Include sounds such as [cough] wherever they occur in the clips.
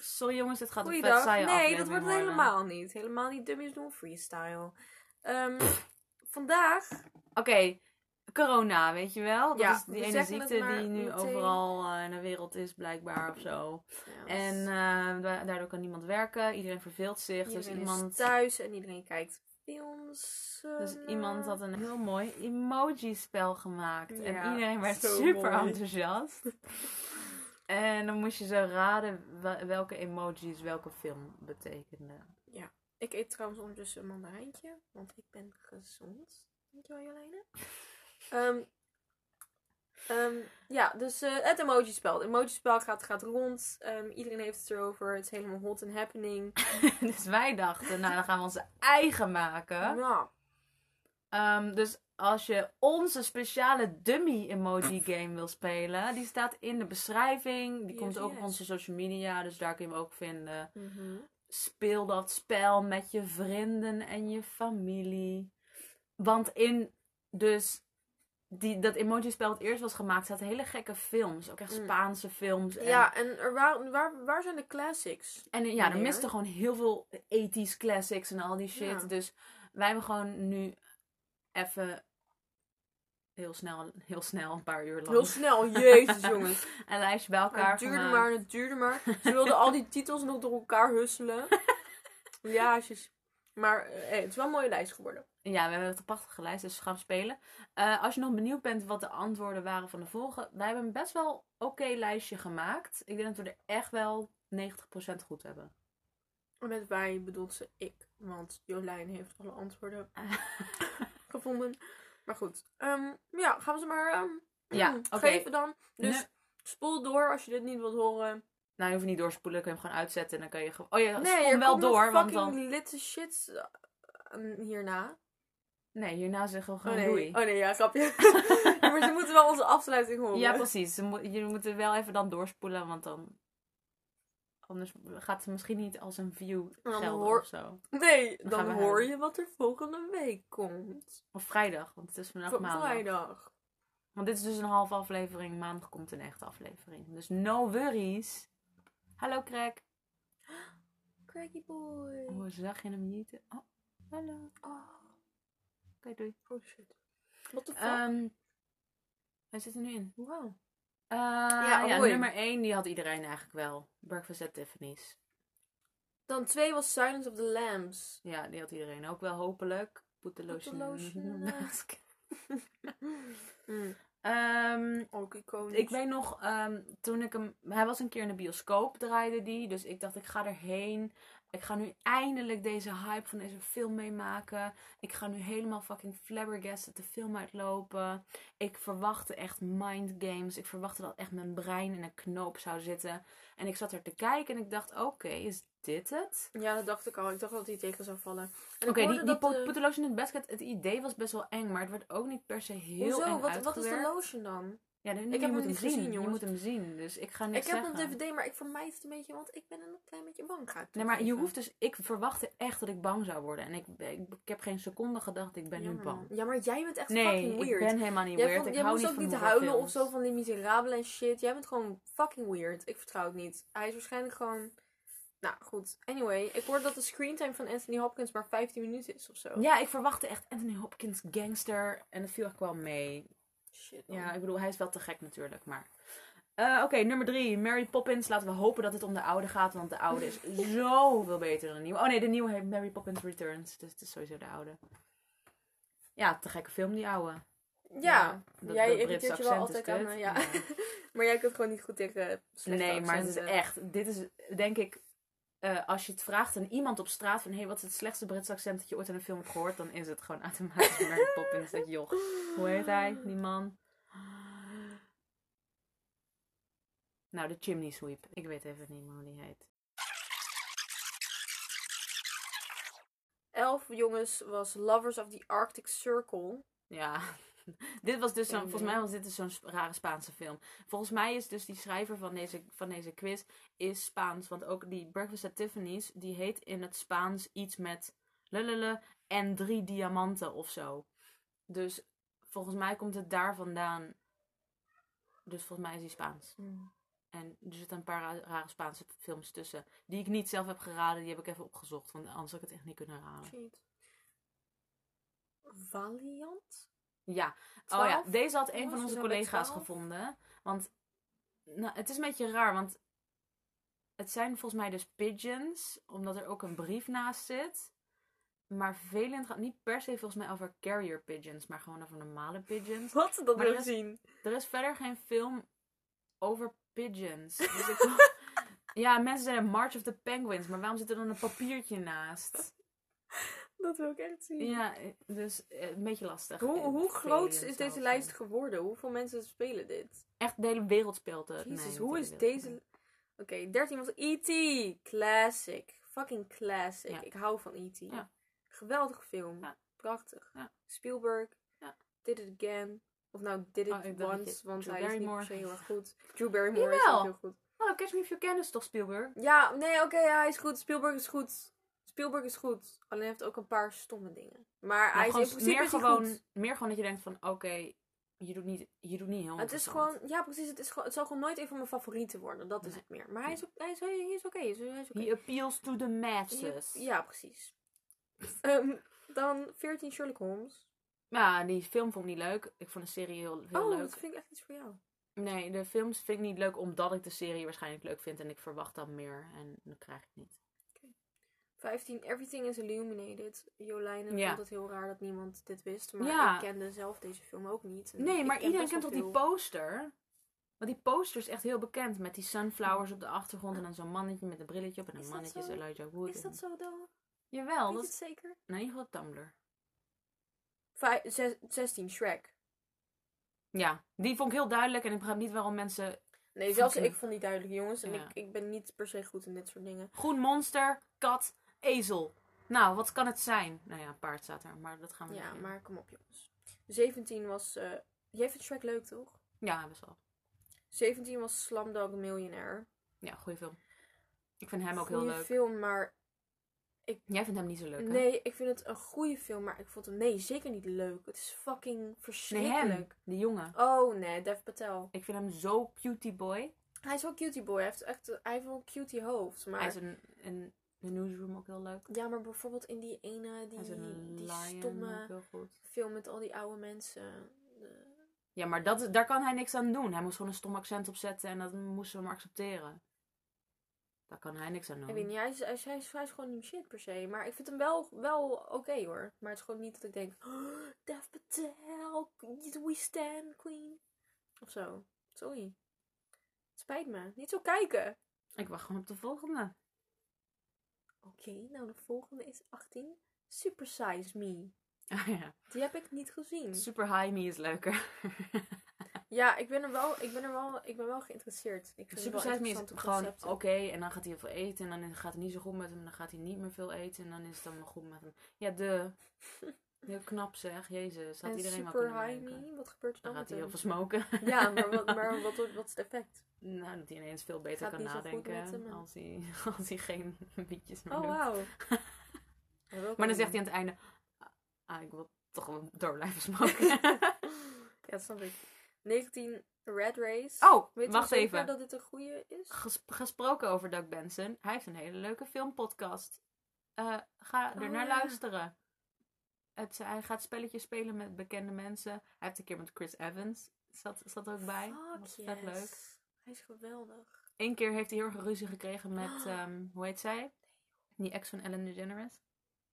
Sorry jongens, dit gaat een vet Goeiedag. saaie Nee, dat aflevering wordt het worden. helemaal niet. Helemaal niet dummies doen freestyle. Ehm, vandaag Oké, corona, weet je wel? Dat Ja, is die we ene zeggen het ziekte maar die nu meteen. overal eh, in de wereld is, blijkbaar of zo. En eh, da- daardoor kan niemand werken, iedereen verveelt zich. iedereen dus iemand, is thuis en iedereen kijkt films. eh, dus iemand had een heel mooi emoji-spel gemaakt. en Ja, iedereen werd zo super mooi. [laughs] enthousiast. en dan moest je zo raden wel- welke emojis welke film betekenden. [laughs] Ik eet trouwens ondertussen een mandarijntje, want ik ben gezond. Dankjewel [laughs] Jolijne. Ehm ehm, ja, dus eh, het emojiespel. Het emojiespel gaat, gaat rond. Ehm, iedereen heeft het erover. Het is helemaal hot and happening. dus wij dachten, nou dan gaan we onze eigen maken. Ja. Ehm, dus als je onze speciale dummy [clears throat] emoji game wil spelen, die staat in de beschrijving. Die Yes, komt ook op yes. onze social media, dus daar kun je hem ook vinden. Speel dat spel met je vrienden en je familie. Want in dus die, dat emoji-spel dat eerst was gemaakt, zaten hele gekke films. Ook echt Mm. Spaanse films. En, Ja, en er waar, waar, waar zijn de classics? en eh, ja, er Meer. misten gewoon heel veel 80s classics en al die shit. Ja. Dus wij hebben gewoon nu even heel snel, heel snel, een paar uur lang. Heel [laughs] snel, jezus jongens. Een lijstje bij elkaar het duurde gemaakt. maar, en het duurde maar. [laughs] Ze wilden al die titels nog door elkaar husselen. Ja, jezus. Maar eh, hey, het is wel een mooie lijst geworden. Ja, we hebben het een prachtige lijst, dus we gaan spelen. Eh, als je nog benieuwd bent wat de antwoorden waren van de volgende, wij hebben een best wel oké lijstje gemaakt. Ik denk dat we er echt wel 90% goed [laughs] hebben. Met wij bedoelt ze ik, want Jolijn heeft alle antwoorden gevonden. Maar goed, ehm, ja, gaan we ze maar ehm, Ja, mm, oké. geven dan. Dus Nee. spoel door als je dit niet wilt horen. Nou, je hoeft niet doorspoelen, kun je hem gewoon uitzetten en dan kan je gewoon... Oh ja, nee, spoel er wel komt nog door, want fucking dan... litte shit eh, hierna. Nee, hierna zeggen we Oh gewoon nee. doei. oh nee, ja, grapje. [laughs] [laughs] Ja, maar ze moeten wel onze afsluiting horen. Ja, precies. Ze mo- Jullie moeten wel even dan doorspoelen, want dan... Anders gaat het misschien niet als een view Nou, dan gelden hoor- of zo. Nee, gaan dan we hoor huilen. je wat er volgende week komt. Of vrijdag, want het is vandaag Op maandag. vrijdag. Want dit is dus een halve aflevering. Maandag komt een echte aflevering. Dus no worries. Hallo Crack. Cracky boy. Oh, zag je hem niet? Oh, hallo. Oké, Oh, doei. oh shit. Eh, What the fuck? Ehm, hij zit er nu in. wow. Eh, Ja, ja, hoi. nummer 1 die had iedereen eigenlijk wel. Breakfast at Tiffany's. Dan twee was Silence of the Lambs. Ja, die had iedereen ook wel, hopelijk. Put the Put the lotion, lotion in in the the mask. Mm. [laughs] Ehm, Ook iconisch. Ik weet nog, ehm, toen ik hem... Hij was een keer in de bioscoop, draaide die. Dus ik dacht, ik ga erheen. Ik ga nu eindelijk deze hype van deze film meemaken. Ik ga nu helemaal fucking flabbergasted de film uitlopen. Ik verwachtte echt mind games. Ik verwachtte dat echt mijn brein in een knoop zou zitten. En ik zat er te kijken en ik dacht, oké, is dit het? Ja, dat dacht ik al. Ik dacht dat hij tegen zou vallen. En ik Oké, die, hoorde die dat eh, pot- de- put the lotion in the basket, het idee was best wel eng. Maar het werd ook niet per se heel Hoezo? eng Wat, wat is de uitgewerkt. lotion dan? Ja, nee, nee, heb je hem moet niet hem zien. gezien, je jongens. moet hem zien. Dus ik ga Ik niks heb zeggen. een DVD, maar ik vermijd het een beetje, want ik ben een klein beetje bang. Ga ik Nee, maar je toegeven. hoeft dus... Ik verwachtte echt dat ik bang zou worden. En ik, ik, ik heb geen seconde gedacht, ik ben nu Jammer. bang. Ja, maar jij bent echt Nee, fucking ik weird. ben helemaal niet Jij, weird. vond- ik jij hou niet moest ook van niet horrorfilms. huilen of zo van die miserabelen en shit. Jij bent gewoon fucking weird. Ik vertrouw het niet. Hij is waarschijnlijk gewoon... Nou, goed. Anyway, ik hoorde dat de screentime van Anthony Hopkins maar 15 minuten is of zo. Ja, ik verwachtte echt Anthony Hopkins gangster. En het viel echt wel mee. Shit. man. Ja, ik bedoel, hij is wel te gek natuurlijk, maar... Eh, Oké, nummer drie. Mary Poppins. Laten we hopen dat het om de oude gaat. Want de oude [laughs] is zoveel beter dan de nieuwe. Oh nee, de nieuwe heet Mary Poppins Returns. Dus het is sowieso de oude. Ja, te gekke film, die oude. Ja, dat- jij dat irriteert Brits je wel accent is altijd aan kut. me, ja. maar jij kunt gewoon niet goed tegen slechte Nee, maar het is accenten. echt. Dit is denk ik. eh, als je het vraagt aan iemand op straat van hé, hey, wat is het slechtste Brits accent dat je ooit in een film hebt gehoord, dan is het gewoon automatisch Mary Poppins. Dat joch. Hoe heet hij, die man? Nou, de chimney sweep. Ik weet even niet meer hoe die heet. Elf jongens was Lovers of the Arctic Circle. Ja. [laughs] Dit was dus zo'n, Geen volgens mij was dit dus zo'n sp- rare Spaanse film. Volgens mij is dus die schrijver van deze, van deze quiz is Spaans. Want ook die Breakfast at Tiffany's, die heet in het Spaans iets met lululule en drie diamanten of zo. Dus volgens mij komt het daar vandaan. Dus volgens mij is die Spaans. En er zitten een paar ra- rare Spaanse films tussen. Die ik niet zelf heb geraden, die heb ik even opgezocht. Want anders had ik het echt niet kunnen raden. Shit. Valiant? Ja, Oh ja, Twaalf? deze had een Jongens, van we onze zijn bij collega's 12. gevonden. Want nou, het is een beetje raar, want het zijn volgens mij dus pigeons, omdat er ook een brief naast zit. Maar vervelend gaat niet per se volgens mij over carrier pigeons, maar gewoon over normale pigeons. Wat? Dat Maar wil dat ik zien. Er is verder geen film over [laughs] pigeons. Dus ik... ja, mensen zeiden March of the Penguins, maar waarom zit er dan een papiertje [laughs] naast? Dat wil ik echt zien. Ja, dus eh, een beetje lastig. Hoe, En hoe groot vervelend is zelfs, deze ja. lijst geworden? Hoeveel mensen spelen dit? Echt de hele wereld speelt het. Oh, Nee, Jezus, niet hoe de is hele wereld, deze... nee. Oké, 13 was E.T. Classic. Fucking classic. Ja. Ik hou van E.T. Ja. Geweldig film. Ja. Prachtig. Ja. Spielberg. Ja. Did it again. Of nou, did it Oh, ik dacht dat je once, want Drew hij is niet Barrymore- per se heel erg goed. Drew Barrymore is Jawel. ook heel goed. Oh, Catch Me If You Can is toch Spielberg? Ja, nee, oké, ja, hij is goed. Spielberg is goed. Spielberg is goed. Alleen heeft ook een paar stomme dingen. Maar hij Maar is in gewoon principe meer, is hij gewoon, goed. meer gewoon dat je denkt van, oké, je doet niet, je doet niet heel Het is interessant. gewoon, ja precies, het, is gewoon, het zal gewoon nooit een van mijn favorieten worden. Dat is Nee. het meer. Maar hij is, ook- hij is, hij is oké. hij is- hij is oké. He appeals to the masses. Je- Ja, precies. Ehm, dan 14 Sherlock Holmes. Ja, die film vond ik niet leuk. Ik vond de serie heel, heel oh, leuk. dat vind ik echt iets voor jou. Nee, de films vind ik niet leuk omdat ik de serie waarschijnlijk leuk vind. En ik verwacht dan meer. En dat krijg ik niet. 15 Everything is Illuminated. Jolijne Ja. vond het heel raar dat niemand dit wist. Maar Ja, ik kende zelf deze film ook niet. En Nee, ik maar ken iedereen best wel kent toch die veel- poster? Want die poster is echt heel bekend. Met die sunflowers op de achtergrond. En dan zo'n mannetje met een brilletje op. En een Is dat mannetje is zo? Elijah Wood. Is dat en- zo dan? Jawel, Weet dat je het is... zeker? Nee, in ieder geval Tumblr. Vij- zes- 16, Shrek. Ja, die vond ik heel duidelijk. En ik begrijp niet waarom mensen... Nee, zelfs Fucking- ik vond die duidelijk, jongens. En Ja. ik, ik ben niet per se goed in dit soort dingen. Groen monster, kat, ezel. Nou, wat kan het zijn? Nou ja, paard staat er. Maar dat gaan we Ja, niet in. maar kom op, jongens. 17 was. eh jij vindt Shrek leuk, toch? Ja, best wel. 17 was Slumdog Millionaire. Ja, goede film. Ik vind hem ook heel Goeie leuk. film, maar. Jij vindt hem niet zo leuk, hè? Nee, ik vind het een goede film, maar ik vond hem. Nee, zeker niet leuk. Het is fucking Nee, hem. verschrikkelijk. Die jongen. oh nee, Dev Patel. Ik vind hem zo cutie boy. Hij is wel cutie boy. Hij heeft echt hij heeft wel een cutie hoofd. Maar... Hij is een, een, de newsroom ook heel leuk. Ja, maar bijvoorbeeld in die ene, Hij is die, een die lion ook stomme heel goed. film met al die oude mensen. De- Ja, maar dat, daar kan hij niks aan doen. Hij moest gewoon een stom accent opzetten en dat moesten we maar accepteren. Daar kan hij niks aan doen. Ik weet niet, hij is, hij, is, hij, is, hij is gewoon niet shit per se. Maar ik vind hem wel, wel oké hoor. Maar het is gewoon niet dat ik denk... [gasps] Oh, Dev Patel, we stand queen. Of zo. Sorry. Het spijt me. Niet zo kijken. Ik wacht gewoon op de volgende. [laughs] Oké, nou de volgende is 18. Super Size Me. Ah ja. Die heb ik niet gezien. Mm. Super High Me is [laughs] leuker. Ja, ik ben er wel, ik ben er wel, ik ben wel geïnteresseerd. Ik vind Super het wel Size Me is interessante gewoon oké concepten. en dan gaat hij heel veel eten en dan gaat het niet zo goed met hem en dan gaat hij niet meer veel eten en dan is het allemaal goed met hem. Ja, [laughs] de. Heel knap zeg, jezus. Had En iedereen wel Super kunnen High bedenken. Me, Oh, wat gebeurt er Dan dan gaat met hij heel hem? veel smoken. [laughs] Ja, maar, wat, maar wat, wat is het effect? Nou, dat hij ineens veel beter Gaat kan niet zo goed met nadenken hem en- als hij, [laughs] als hij geen bietjes meer Oh, doet. wauw. [laughs] Maar dan zegt hij aan het einde, ah, ik wil toch wel door blijven [laughs] smoken. Ja, dat snap ik. 19 Red Race. oh, Weet je wacht zeker even. dat dit een goede is? Ges- gesproken over Doug Benson, hij heeft een hele leuke filmpodcast. Eh, ga er Oh, naar ja. luisteren. Het, hij gaat spelletjes spelen met bekende mensen. Hij heeft een keer met Chris Evans, zat, zat ook bij. Fuck was vet yes. leuk. Hij is geweldig. Eén keer heeft hij heel erg ruzie gekregen [gasps] met, ehm, hoe heet zij? Die ex van Ellen DeGeneres.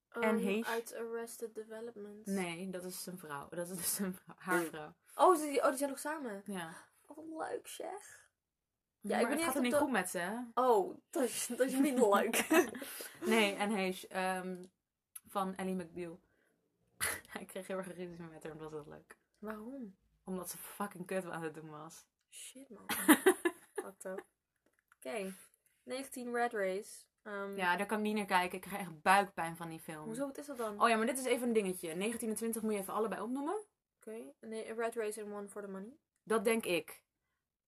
En Ehm, Hees. Uit Arrested Development. Nee, dat is zijn vrouw. Dat is dus zijn vrouw- haar vrouw. Oh, ze, oh, die zijn nog samen. Ja. Wat leuk zeg. Ja, ik ik weet ben niet het of gaat er niet dat- goed met ze. hè? Oh, dat is, [laughs] dat is niet [laughs] leuk. Nee, en hij is ehm, van Ellie McBeal. [laughs] hij kreeg heel erg ruzie met haar, en dat was heel leuk. Waarom? Omdat ze fucking kut aan het doen [laughs] was. [laughs] Shit man. Wat dan? Oké. 19 Red Race. Ehm, ja, daar kan ik niet naar kijken. Ik krijg echt buikpijn van die film. Hoezo, wat is dat dan? Oh ja, maar dit is even een dingetje. 19 en 20 moet je even allebei opnoemen. Oké. Nee, Red Race en One for the Money. Dat denk ik.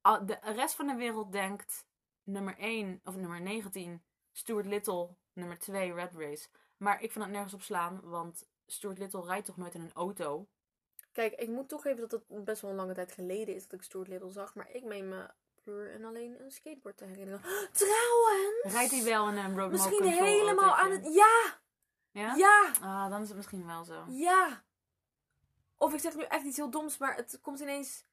Al- De rest van de wereld denkt nummer 1 of nummer 19 Stuart Little, nummer 2 Red Race. Maar ik vind dat nergens op slaan, want Stuart Little rijdt toch nooit in een auto? Kijk, ik moet toegeven dat het best wel een lange tijd geleden is dat ik Stuart Little zag. Maar ik meen me puur en alleen een skateboard te [gasps] herinneren. [gasps] Trouwens! Rijdt hij wel in een road Misschien helemaal aan het... Ja! Ja? Ja! Ah, dan is het misschien wel zo. Ja! Of ik zeg nu echt iets heel doms, maar het komt ineens...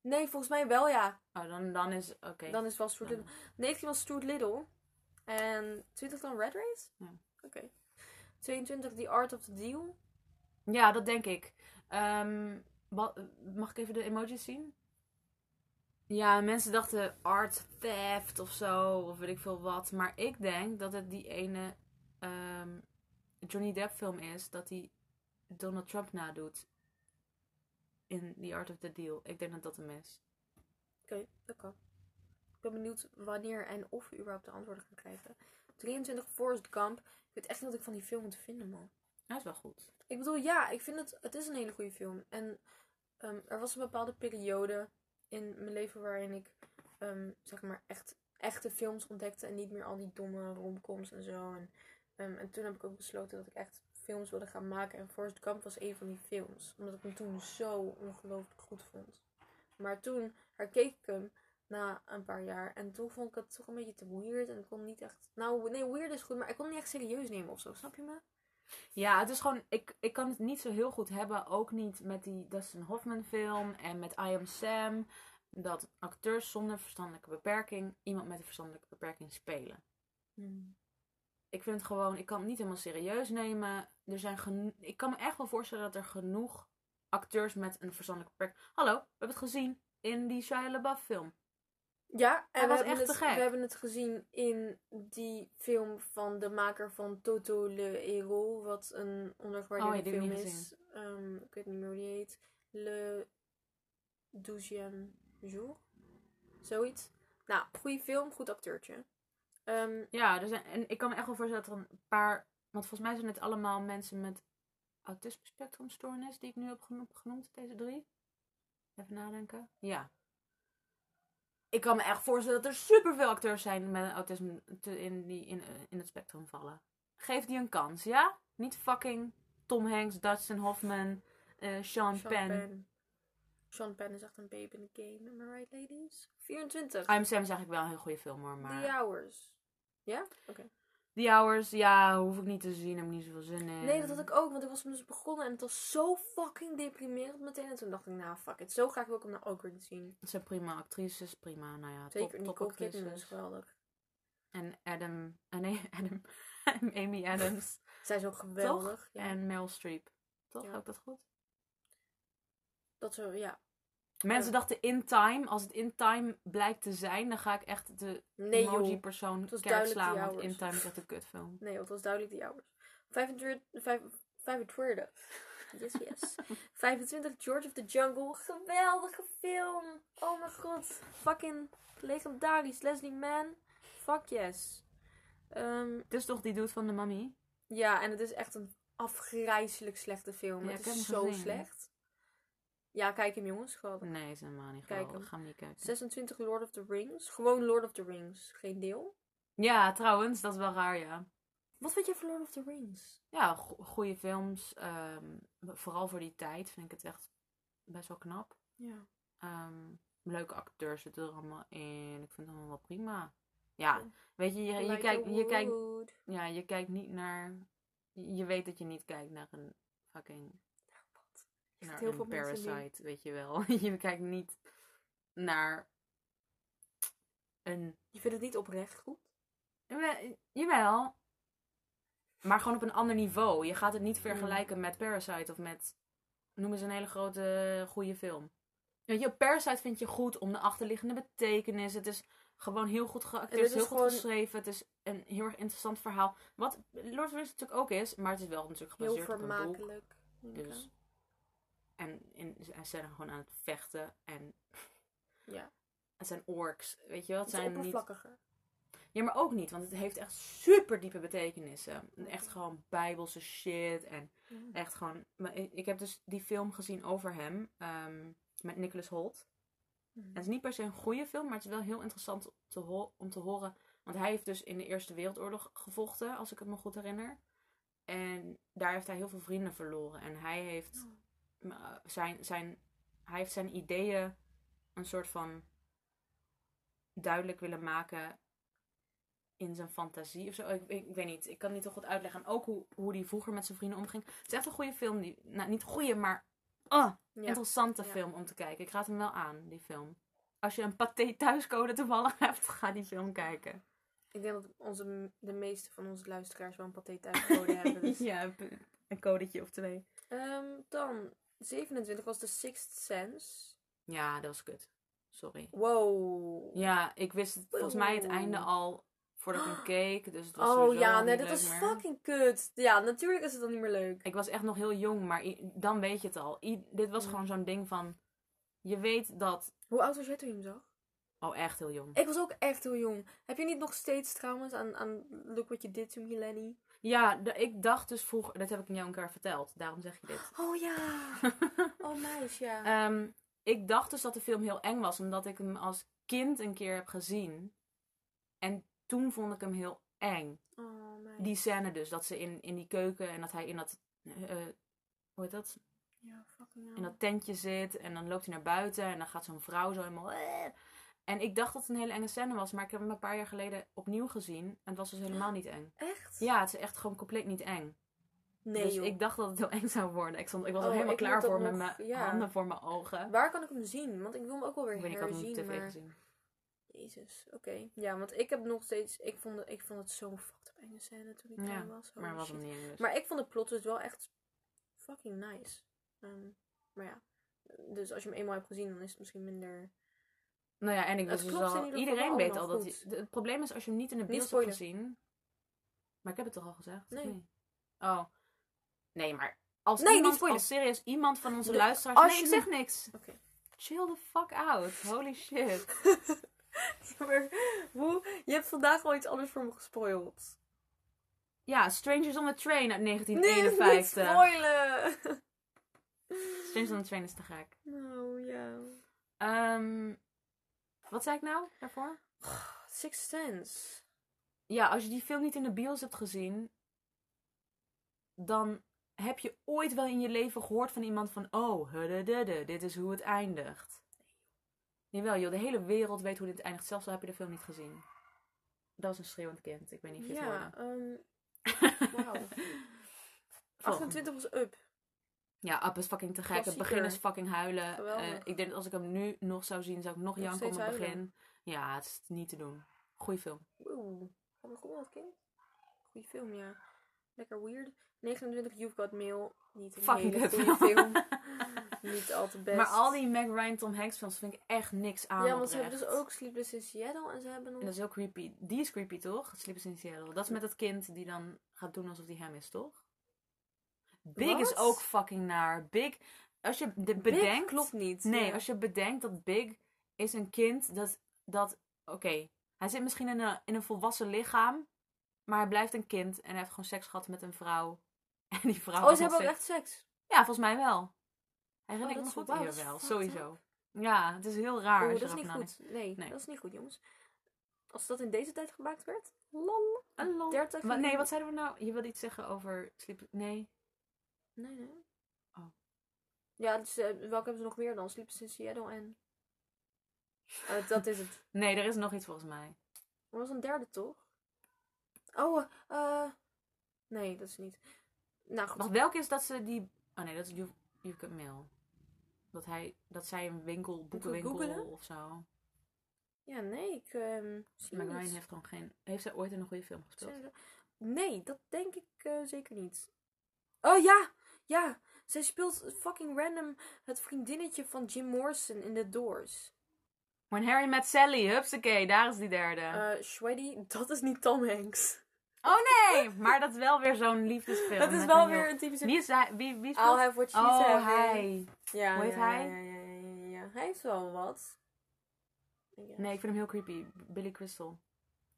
Nee, volgens mij wel ja. Oh, dan, dan is... Oké. Dan is het wel Stuart Ja. Little. 19 was Stuart Little. En 20 dan Red Race? Ja. Oké. 22 The Art of the Deal. Ja, dat denk ik. Ehm, wa- mag ik even de emojis zien? Ja, mensen dachten art theft of zo, of weet ik veel wat. Maar ik denk dat het die ene ehm, Johnny Depp film is dat hij Donald Trump nadoet. In The Art of the Deal. Ik denk dat dat hem is. Oké, dat kan. Ik ben benieuwd wanneer en of we überhaupt de antwoorden gaan krijgen. 23 Forrest Gump. Ik weet echt niet wat ik van die film moet vinden, man. Hij is wel goed. Ik bedoel, ja, ik vind het... Het is een hele goede film. En ehm, er was een bepaalde periode in mijn leven waarin ik... ehm, zeg maar echt echte films ontdekte. En niet meer al die domme romcoms en zo. En, ehm, en toen heb ik ook besloten dat ik echt films wilde gaan maken. En Forrest Gump was een van die films. Omdat ik hem toen zo ongelooflijk goed vond. Maar toen herkeek ik hem na een paar jaar. En toen vond ik het toch een beetje te weird. En ik kon niet echt... Nou, nee, weird is goed. Maar ik kon het niet echt serieus nemen of zo. Snap je me? Ja, het is gewoon. Ik, ik kan het niet zo heel goed hebben. Ook niet met die Dustin Hoffman film en met I Am Sam. Dat acteurs zonder verstandelijke beperking iemand met een verstandelijke beperking spelen. Ik vind het gewoon. Ik kan het niet helemaal serieus nemen. Er zijn geno- ik kan me echt wel voorstellen dat er genoeg acteurs met een verstandelijke beperking. Hallo, we hebben het gezien in die Shia LaBeouf film. Ja, en was we, hebben echt te het, gek. we hebben het gezien in die film van de maker van Toto Le Héros, wat een Oh, ondergewaardeerde die heb ik film niet is. Ehm, ik weet niet meer hoe die heet. Le Douzième Jour? Zoiets. Nou, goede film, goed acteurtje. Ehm, Ja, er zijn, en ik kan me echt wel voorstellen dat er een paar. Want volgens mij zijn het allemaal mensen met autisme spectrumstoornis die ik nu heb geno- genoemd, deze drie. Even nadenken. Ja. Ik kan me echt voorstellen dat er superveel acteurs zijn met een autisme te- in, die in, eh, in het spectrum vallen. Geef die een kans, ja? Niet fucking Tom Hanks, Dustin Hoffman, eh, Sean, Sean Penn. Sean Penn is echt een babe in the game, am I right ladies? 24. I'm Sam is eigenlijk wel een heel goede film hoor, Ah, maar... The Hours. Ja? Oké. The Hours, ja, hoef ik niet te zien, heb ik niet zoveel zin in. Nee, dat had ik ook, want ik was hem dus begonnen en het was zo fucking deprimerend meteen. En toen dacht ik, nou fuck it, zo graag wil ik hem nou ook weer niet zien. Het zijn prima actrices, prima, nou ja, Zeker top, Nicole topactrices. Kidman is geweldig. En Adam, eh, nee, [laughs] Adam, Amy Adams Zij is ook geweldig. [laughs] Ja, en Meryl Streep. Toch, Ja. heb ik dat goed? Dat zo, ja. Mensen dachten in time, als het in time blijkt te zijn, dan ga ik echt de Nee emoji joh. persoon Het was kerk duidelijk slaan, die want hours. in time is echt een kutfilm. Nee, het was duidelijk die hours. 25, vijf- 25. [laughs] Yes, [laughs] yes. 25, George of the Jungle. Geweldige film. Oh mijn god. Fucking legendarisch. Leslie Mann. Fuck yes. Ehm, Het is toch die dude van de mami? Ja, en het is echt een afgrijzelijk slechte film. Ja, het ik is heb hem zo gezien. slecht. Ja, kijk hem jongens, geweldig. Nee, is helemaal niet Kijk geweldig. hem. Gaan we niet kijken. 26 Lord of the Rings. Gewoon Lord of the Rings. Geen deel. Ja, trouwens, dat is wel raar, ja. Wat vind jij van Lord of the Rings? Ja, go- goede films. ehm, vooral voor die tijd vind ik het echt best wel knap. Ja. Ehm, leuke acteurs zitten er allemaal in. Ik vind het allemaal wel prima. Ja, weet je, je, je kijkt, je, kijkt, Nou, ja, je kijkt niet naar. Je weet dat je niet kijkt naar een fucking. Naar heel een veel mensen die- parasite, weet je wel. [laughs] Je kijkt niet naar. Een. Je vindt het niet oprecht goed? Jawel- Jawel. Maar gewoon op een ander niveau. Je gaat het niet Hmm. vergelijken met Parasite of met. Noem eens een hele grote goede film. Weet je, Parasite vind je goed om de achterliggende betekenis. Het is gewoon heel goed En geacteerd, dit het is heel is goed gewoon- geschreven. Het is een heel erg interessant verhaal. Wat Lord of the Rings natuurlijk ook is, maar het is wel natuurlijk Heel gebaseerd op een boek. vermakelijk. denk ik Dus. aan. En, en ze zijn gewoon aan het vechten. En Ja. [laughs] het zijn orks. Weet je wel, het Het is zijn niet oppervlakkiger. ja, maar ook niet, want het heeft echt super diepe betekenissen. Echt gewoon bijbelse shit en Ja. echt gewoon... Maar ik, ik heb dus die film gezien over hem, ehm, met Nicholas Holt. Hmm. En het is niet per se een goede film, maar het is wel heel interessant te ho- om te horen. Want hij heeft dus in de Eerste Wereldoorlog gevochten, als ik het me goed herinner. En daar heeft hij heel veel vrienden verloren. En hij heeft, eh, zijn, zijn, hij heeft zijn ideeën een soort van duidelijk willen maken in zijn fantasie of zo. Ik, ik, ik weet niet, ik kan het niet heel goed uitleggen. En ook hoe, hoe die vroeger met zijn vrienden omging. Het is echt een goede film. Die, nou, niet goede, maar ah, Ja. interessante Ja. film om te kijken. Ik raad hem wel aan, die film. Als je een pathé thuiscode toevallig [laughs] hebt, ga die film kijken. Ik denk dat onze, de meeste van onze luisteraars wel een [laughs] paté thuiscode hebben. Dus. ja, een codetje of twee. Ehm, dan, 27 was The Sixth Sense. Ja, dat was kut. Sorry. Wow. Ja, ik wist het, volgens mij het Oeh. einde al voordat [gasps] ik hem keek. Dus het was Oh sowieso ja, al nee, niet dat leuk was meer. fucking kut. Ja, natuurlijk is het dan niet meer leuk. Ik was echt nog heel jong, maar i- dan weet je het al. I- dit was Mm. gewoon zo'n ding van... Je weet dat... Hoe oud was jij toen je hem zag? Oh, echt heel jong. Ik was ook echt heel jong. Heb je niet nog steeds trouwens aan, aan Look What You Did To Me, Lenny? Ja, de- ik dacht dus vroeger... Dat heb ik jou een keer verteld. Daarom zeg je dit. Oh ja. [laughs] Oh meisje. ja. Ehm, ik dacht dus dat de film heel eng was. Omdat ik hem als kind een keer heb gezien. En toen vond ik hem heel eng. oh meisje. Die scène dus. Dat ze in, in die keuken en dat hij in dat... eh, eh, hoe heet dat? Ja, fucking hell. in dat tentje zit. En dan loopt hij naar buiten en dan gaat zo'n vrouw zo helemaal... "Eh." En ik dacht dat het een hele enge scène was, maar ik heb hem een paar jaar geleden opnieuw gezien. En het was dus helemaal niet eng. Echt? Ja, het is echt gewoon compleet niet eng. Nee dus joh. ik dacht dat het heel eng zou worden. Ik, stond, ik was Oh, er helemaal ik moet klaar dat voor met nog- mijn ja. handen voor mijn ogen. Waar kan ik hem zien? Want ik wil hem ook wel weer Ik weet niet, ik had hem op herzien. tv Maar... gezien. Jezus, oké. Ja, want ik heb nog steeds... Ik vond, het- ik vond het zo'n fucked up enge scène toen ik Ja, klein was. Holy Maar was Oh, shit. hem niet eng dus. Maar ik vond de plot dus wel echt fucking nice. Ehm, maar ja, dus als je hem eenmaal hebt gezien, dan is het misschien minder... [laughs] Nou ja, en ik Het wist dus klopt in al... ieder geval Iedereen weet al allemaal dat... goed. je- de- het probleem is als je hem niet in de Niet bios hebt spoilen. gezien... Maar ik heb het toch al gezegd? of Nee. niet? Oh. Nee, maar... Als Nee, niet iemand, spoilen. als serieus iemand van onze De- luisteraars... als nee, je ik hem- zeg niks. Oké. Chill the fuck out. Holy shit. maar hoe? Je hebt vandaag al iets anders voor me gespoild. Ja, Strangers on the Train uit Nee, 1951. niet spoilen! Strangers on the Train is te gek. [laughs] nou ja... Ehm, wat zei ik nou daarvoor? Six Sense. Ja, als je die film niet in de bios hebt gezien, dan heb je ooit wel in je leven gehoord van iemand van, oh, huddedudu, dit is hoe het eindigt. Jawel joh, de hele wereld weet hoe dit eindigt, zelfs al heb je de film niet gezien. Dat was een schreeuwend kind, ik weet niet of je het Ja, hoorde. ehm [laughs] wauw. Volgende. 28 was up. Ja, Up is fucking te gek. Het Klassieker. begin is fucking huilen. Geweldig. Eh, ik denk dat als ik hem nu nog zou zien, zou ik nog Nog janken om steeds het begin. huilen. Ja, het is niet te doen. Goeie film. Oeh, gaan we goed als kind? Goeie film, ja. Lekker weird. 29 You've Got Mail. Niet een Fucking hele kut goede [laughs] film. film. [laughs] Niet al te best. Maar al die Mac Ryan, Tom Hanks films vind ik echt niks aan Ja, want ze hebben oprecht. dus ook Sleepless in Seattle en ze hebben nog... En dat is heel creepy. Die is creepy, toch? Sleepers in Seattle. Dat is met dat kind die dan gaat doen alsof hij hem is, toch? Big is Wat? ook fucking naar. Big, als je dit Big bedenkt... klopt niet. Nee, Ja. als je bedenkt dat Big is een kind dat. dat Oké, hij zit misschien in een, in een volwassen lichaam, maar hij blijft een kind en hij heeft gewoon seks gehad met een vrouw. [laughs] En die vrouw. Oh, had ze hebben ook seks- echt seks. Ja, volgens mij wel. Oh, Herinner dat ik me is- goed wauw, hier dat is wel, fucked sowieso. Ja, het is heel raar. Oeh, als dat je is erover niet nadenkt. goed. Nee, Nee. dat is niet goed, jongens. Als dat in deze tijd gemaakt werd... Lol. Een lol. 30 Wa- nee, wat zeiden we nou? Je wilde iets zeggen over sleep. Nee. Nee, nee. Oh. Ja, dus eh, welke hebben ze nog meer dan? Sleepless in Seattle en... Eh, dat is het. Nee, er is nog iets volgens mij. Er was een derde, toch? Oh, eh... eh, nee, dat is niet. Nou, goed. Wacht, welke is dat ze die. Oh nee, dat is You've, You've Got Mail. Dat, hij, dat zij een winkel, boekenwinkel googelen? of zo. Ja, nee, ik... ehm zie Maar niet. Ryan heeft gewoon geen. Heeft zij ooit in een goede film gespeeld? Zijn er- Nee, dat denk ik eh, zeker niet. Oh ja, ja. Zij speelt fucking random het vriendinnetje van Jim Morrison in The Doors. When Harry met Sally, hupsakee, daar is die derde. Eh Shreddy, [laughs] dat is niet Tom Hanks. oh nee! Maar dat is wel weer zo'n liefdesfilm. [laughs] dat is met wel een weer heel- een typische... Wie is hij? Wie, wie I'll speelt... have what she's Oh, having. hij. Ja, Hoe heet ja, hij? Ja, ja, ja, ja, ja, ja. Hij heeft wel wat. I guess. Nee, ik vind hem heel creepy. Billy Crystal.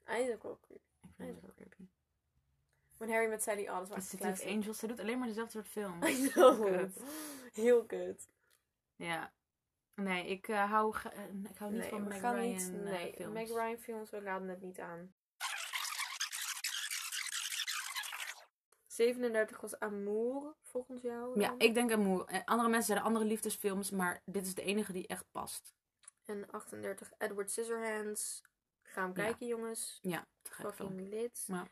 Hij is ook wel creepy. Ik Hij vind is hem heel creepy. When Harry met Sally, oh, alles was City of Angels. Zij doet alleen maar dezelfde soort films. [laughs] I know. Kut. Heel kut. Ja. Nee, ik eh, hou, ge- eh, ik hou niet nee, van we Meg gaan Ryan niet. eh, Nee, films. Meg Ryan films, we raden het niet aan. 37 was Amour, volgens jou. Ja, dan. ik denk aan moe. Eh, Andere mensen zeiden andere liefdesfilms, maar dit is de enige die echt past. En 38 Edward Scissorhands. Ga hem Ja. kijken, jongens. Ja, te gek film. Fucking lit. Ja.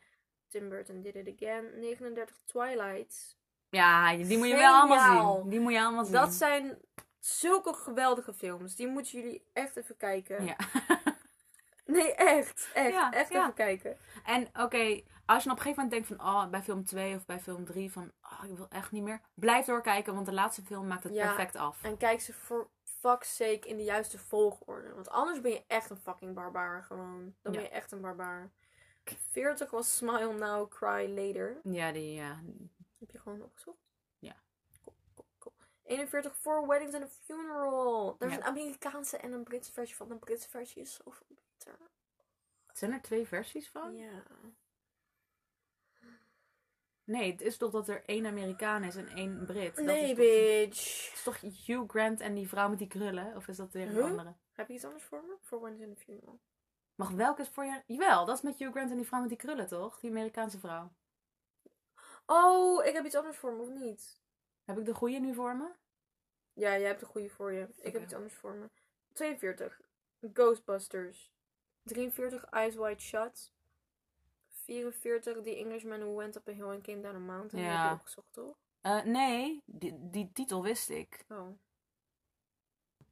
Tim Burton did it again. 39 Twilight. Ja, die moet je wel allemaal Geniaal. zien. Die moet je allemaal zien. Dat zijn zulke geweldige films. Die moeten jullie echt even kijken. Ja. [laughs] Nee, echt. Echt. Ja, echt ja. even kijken. En oké, als je op een gegeven moment denkt van oh, bij film 2 of bij film 3 van oh, ik wil echt niet meer. Blijf doorkijken, want de laatste film maakt het Ja. perfect af. En kijk ze voor fuck's sake in de juiste volgorde. Want anders ben je echt een fucking barbaar gewoon. Dan ben Ja. je echt een barbaar. 40 was Smile Now, Cry Later. Ja, die eh, ja. Heb je gewoon opgezocht? Ja. Cool, cool, cool. 41 Four Weddings and a Funeral. Er is Ja. een Amerikaanse en een Britse versie van. De Britse versie is zoveel beter. Zijn er twee versies van? Ja. Nee, het is toch dat er één Amerikaan is en één Brit. Dat Nee, is toch- bitch. Het is toch Hugh Grant en die vrouw met die krullen? Of is dat weer een Huh? andere? Heb je iets anders voor me? Four Weddings and a Funeral. Mag welke is voor je? Jawel, dat is met Hugh Grant en die vrouw met die krullen, toch? Die Amerikaanse vrouw. Oh, ik heb iets anders voor me, of niet? Heb ik de goede nu voor me? Ja, jij hebt de goede voor je. Ik heb Oké. iets anders voor me. 42. Ghostbusters. 43. Eyes Wide Shut. 44. The Englishman Who Went Up a Hill and Came Down a Mountain. Die Ja. heb je opgezocht, toch? Eh, nee, die, die titel wist ik. Oh.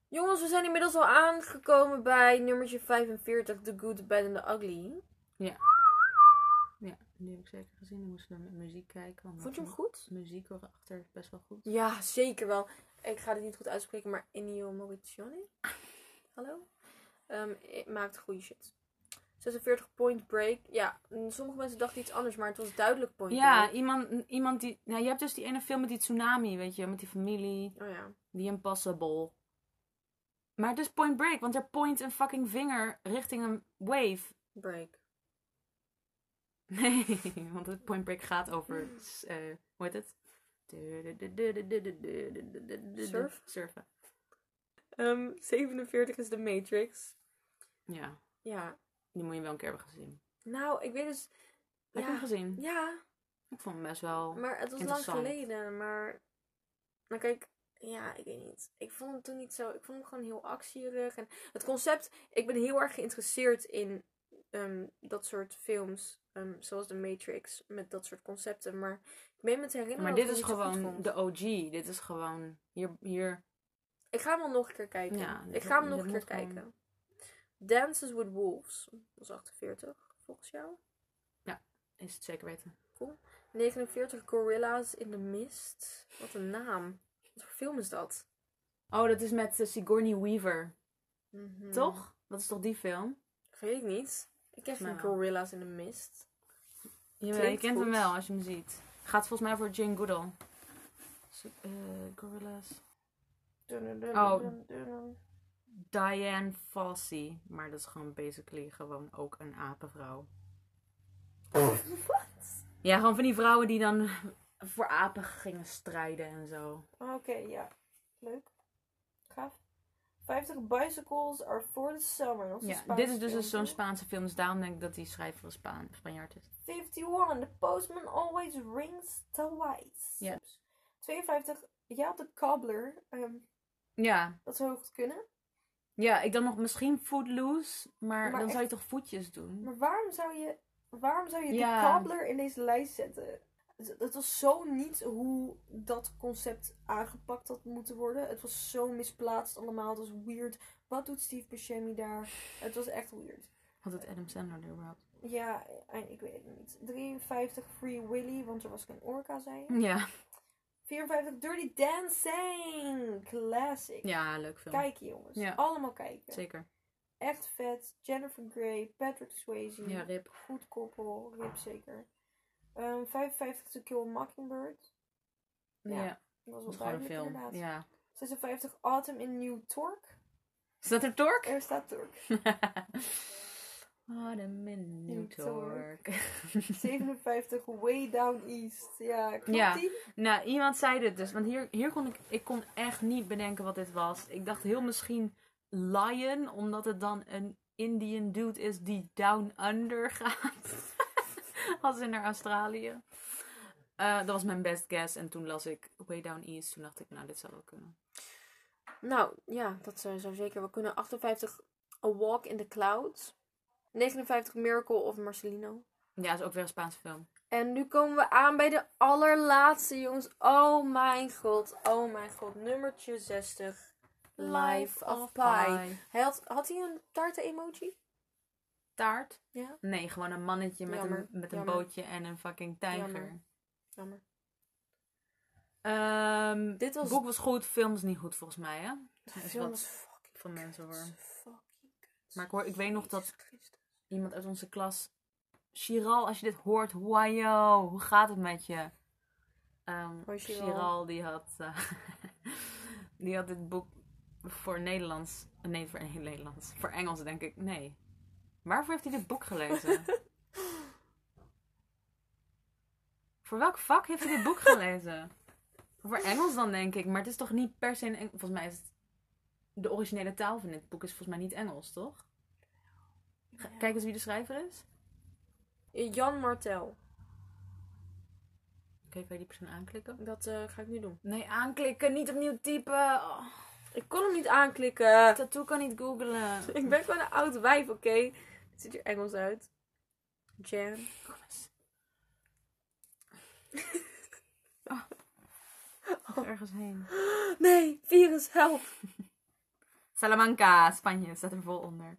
Jongens, we zijn inmiddels al aangekomen bij nummertje 45. The Good, The Bad and The Ugly. Ja, die heb ik zeker gezien. Dan moesten we met muziek kijken. want Vond je hem mu- goed? Muziek erachter is best wel goed. Ja, zeker wel. Ik ga dit niet goed uitspreken, maar Ennio Morricone? Hallo? Ehm, i- maakt goede shit. 46 Point Break. Ja, mm, sommige mensen dachten iets anders, maar het was duidelijk Point Ja, Break. iemand, iemand die... Nou, je hebt dus die ene film met die tsunami, weet je. Met die familie. Oh ja. The Impossible. Maar het is Point Break, want er point een fucking vinger richting een wave. [laughs] Break. Nee, want het Point Break gaat over. s- eh hoe heet het? Surf? Surfen. Ehm, 47 is The Matrix. Ja, Ja. die moet je wel een keer hebben gezien. Nou, ik weet dus... Heb je hem Ja. gezien? Ja, Ik vond hem best wel. maar het was lang Interessant. geleden. Maar... Maar kijk... Ja, ik weet niet. Ik vond hem toen niet zo... Ik vond hem gewoon heel actierig. En het concept... Ik ben heel erg geïnteresseerd in ehm, dat soort films. ehm, zoals The Matrix. Met dat soort concepten. Maar ik meen me te herinneren Maar dat dit ik is hem niet zo goed gewoon vond. de OG. Dit is gewoon. Hier. hier. Ik ga hem al nog een keer kijken. Ja, ik dat- ga dat hem nog een keer moet gewoon. kijken. Dances with Wolves. Dat is 48, volgens jou. Is het zeker weten. 49 Gorillas in the Mist. Wat een naam. Wat voor film is dat? Oh, dat is met eh, Sigourney Weaver. Mhm. Toch? Dat is toch die film? Weet ik niet. Ik ken mij geen wel. Gorillas in the Mist. Nou. Jawel, je Klinkt kent hem goed. wel als je hem ziet. Gaat volgens mij voor Jane Goodall. Si- eh, Gorillas. Oh. Diane Fossey. Maar dat is gewoon basically gewoon ook een apenvrouw. Oh. Wat? Ja, gewoon van die vrouwen die dan [laughs] voor apen gingen strijden en zo. Oké, ja. Leuk. Gaaf. 50 Bicycles are for the summer. Dat Ja, dit is dus een- zo'n Spaanse film, dus daarom denk ik dat die schrijver een Spaan, Spanjaard is. 51. The postman always rings twice. Ja. 52. Ja, de cobbler. ehm, Ja, dat zou heel goed kunnen. ja ik dan nog misschien Footloose, maar, Maar dan zou je echt- toch voetjes doen? Maar waarom zou je, waarom zou je Ja. de cobbler in deze lijst zetten? Het- Het was zo niet hoe dat concept aangepakt had moeten worden. Het was zo misplaatst allemaal. Het was weird. Wat doet Steve Buscemi daar? Het was echt weird. Wat doet Adam Sandler er überhaupt? Ja, en ik weet het niet. 53 Free Willy, want er was geen orka, zei je. Ja, 54 Dirty Dancing! Classic. ja leuk film. Kijken, jongens. Ja. Allemaal kijken. Zeker. Echt vet. Jennifer Grey, Patrick Swayze. Ja, Rip. Goed koppel, rip zeker. Ehm, 55 To Kill a Mockingbird. Ja, Ja, dat Dat was was wel gewoon een duidelijk film. inderdaad. Ja. 56 Autumn in New Torque. Is dat er Tork? Er staat Torque. [laughs] What a minute Tork. Tork. 57 Way Down East. Ja, klopt Ja. die? [laughs] Nou, iemand zei dit dus, want hier, hier kon ik, ik kon echt niet bedenken wat dit was. Ik dacht heel misschien Lion, omdat het dan een Indian dude is die down under [laughs] gaat. Als in naar Australië. Eh, dat was mijn best guess. En toen las ik Way Down East. Toen dacht ik, nou, dit zou wel kunnen. Nou, ja, dat zou, zou zeker wel kunnen. 58 A Walk in the Clouds. 59 Miracle of Marcelino. Ja, is ook weer een Spaanse film. En nu komen we aan bij de allerlaatste, jongens. Oh mijn god, oh mijn god. Nummertje 60. Life of Pi. Hij had, had hij een tarte emoji? Taart? Ja. Nee, gewoon een mannetje met Jammer, een, met een jammer. bootje en een fucking tijger. Jammer. Jammer. Ehm Dit was... boek was goed, film is niet goed volgens mij, hè? de is film wat was fucking Van mensen kut. hoor. Fucking kut. Maar ik hoor- ik weet nog dat- Jezus Christus. Iemand uit onze klas. Chiral, als je dit hoort, wajo, hoe gaat het met je? Ehm Hoi, Chiral. Chiral, die had, eh, [laughs] die had dit boek voor Nederlands. Nee, voor [laughs] Nederlands. Voor Engels denk ik. Nee. Waarvoor heeft hij dit boek [laughs] gelezen? voor welk vak heeft hij dit boek gelezen? voor Engels dan denk ik, maar het is toch niet per se in Engels. Volgens mij is het de originele taal van dit boek is volgens mij niet Engels, toch? Ga- Kijk eens wie de schrijver is. Jan Martel. Oké, kan je die persoon aanklikken? Dat eh, ga ik nu doen. Nee, aanklikken, niet opnieuw typen. Oh, Ik kon hem niet aanklikken. [laughs] tattoo kan niet googlen. Ik ben gewoon een oud wijf, oké? Het ziet er Engels uit. Jam. Kom [laughs] eens. Oh. Ergens heen. Nee, virus, help. Salamanca, Spanje, staat er vol onder.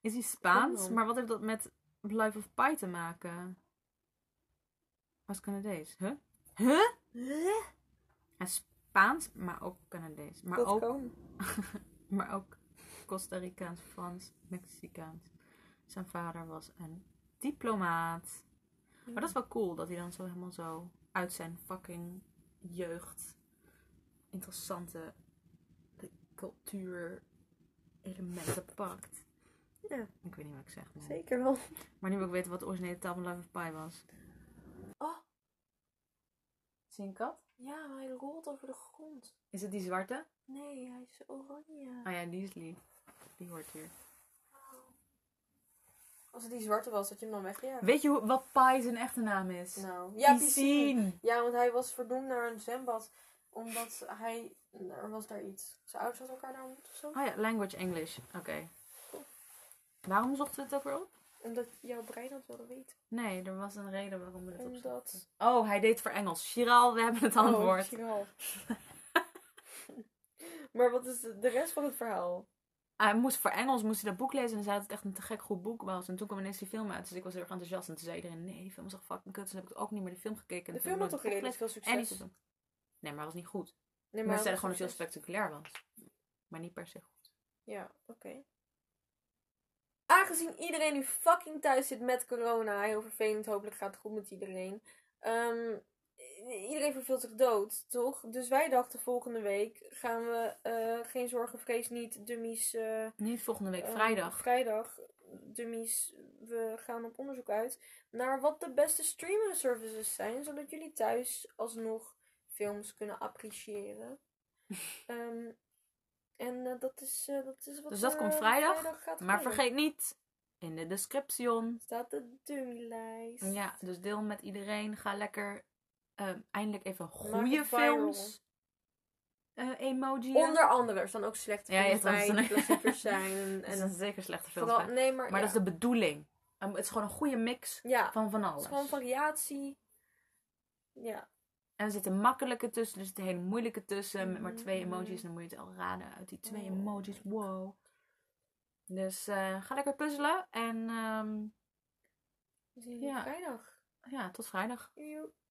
Is hij Spaans? Oh. Maar wat heeft dat met Life of Pi te maken? Was Canadees? Huh? Huh? Hij is Spaans, maar ook Canadees. Maar Dat ook kan. Maar ook Costa Ricaans, Frans, Mexicaans. Zijn vader was een diplomaat. Maar dat is wel cool dat hij dan zo helemaal zo uit zijn fucking jeugd interessante cultuur elementen pakt. Ja. Ik weet niet wat ik zeg. man. Zeker wel. Maar nu wil ik weten wat de originele taal van Life of Pi was. Oh. Zie je een kat? Ja, maar hij rolt over de grond. Is het die zwarte? Nee, hij is oranje. Oh ja, die is lief. Die hoort hier. Als het die zwarte was, had je hem dan weggejaagd. Weet je hoe- wat Pi zijn echte naam is? Nou, ja, piscine. Piscine. Ja, want hij was verdoemd naar een zwembad. Omdat hij... Er was daar iets. Zijn ouders hadden elkaar daar ontmoet of zo. Oh ja, language English. Oké. Waarom zochten we het ook weer op? Omdat jouw brein dat wilde weten. Nee, er was een reden waarom we het op zochten. Omdat... Oh, Oh, hij deed het voor Engels. Chiral, we hebben het antwoord. misschien wel. [laughs] maar wat is de de rest van het verhaal? hij moest voor Engels moest hij dat boek lezen en zei dat het echt een te gek goed boek was. En toen kwam ineens die film uit, dus ik was heel erg enthousiast. En toen zei iedereen, nee, die film is echt fucking kut. En toen heb ik ook niet meer de film gekeken. De film had toch redelijk veel succes? En die film. Nee, maar hij was niet goed. Nee, Mensen hij zeiden gewoon dat hij had heel spectaculair was. Maar niet per se goed. Ja, oké. Aangezien iedereen nu fucking thuis zit met corona, heel vervelend, hopelijk gaat het goed met iedereen. Ehm, i- iedereen verveelt zich dood, toch? Dus wij dachten volgende week gaan we eh, geen zorgen, vrees niet, dummies. eh, Niet volgende week, eh, vrijdag. vrijdag, dummies, we gaan op onderzoek uit naar wat de beste streaming services zijn, zodat jullie thuis alsnog films kunnen [laughs] appreciëren. Ehm, en eh, dat, is, eh, dat is wat Dus dat er, komt eh, vrijdag, gaat Maar gebeuren. vergeet niet, in de description Staat de dummylijst. Ja, dus deel met iedereen. Ga lekker ehm, eindelijk even goede het viral. films eh emoji. Onder andere, er staan ook slechte Ja, je films hebt bij, ons- die klassiekers zijn. En, en [laughs] en dat is zeker slechte films. vooral, bij. nee, maar, maar ja. dat is de bedoeling. Ehm, het is gewoon een goede mix Ja, van van het alles. is gewoon variatie. Ja, En er zitten makkelijke tussen, er zitten hele moeilijke tussen. Met maar twee Mhm. emojis, dan moet je het al raden uit die twee Oh. emojis. Wow. Dus eh, ga lekker puzzelen. En ehm, we zien jullie Ja. dus vrijdag. ja, tot vrijdag. Joep.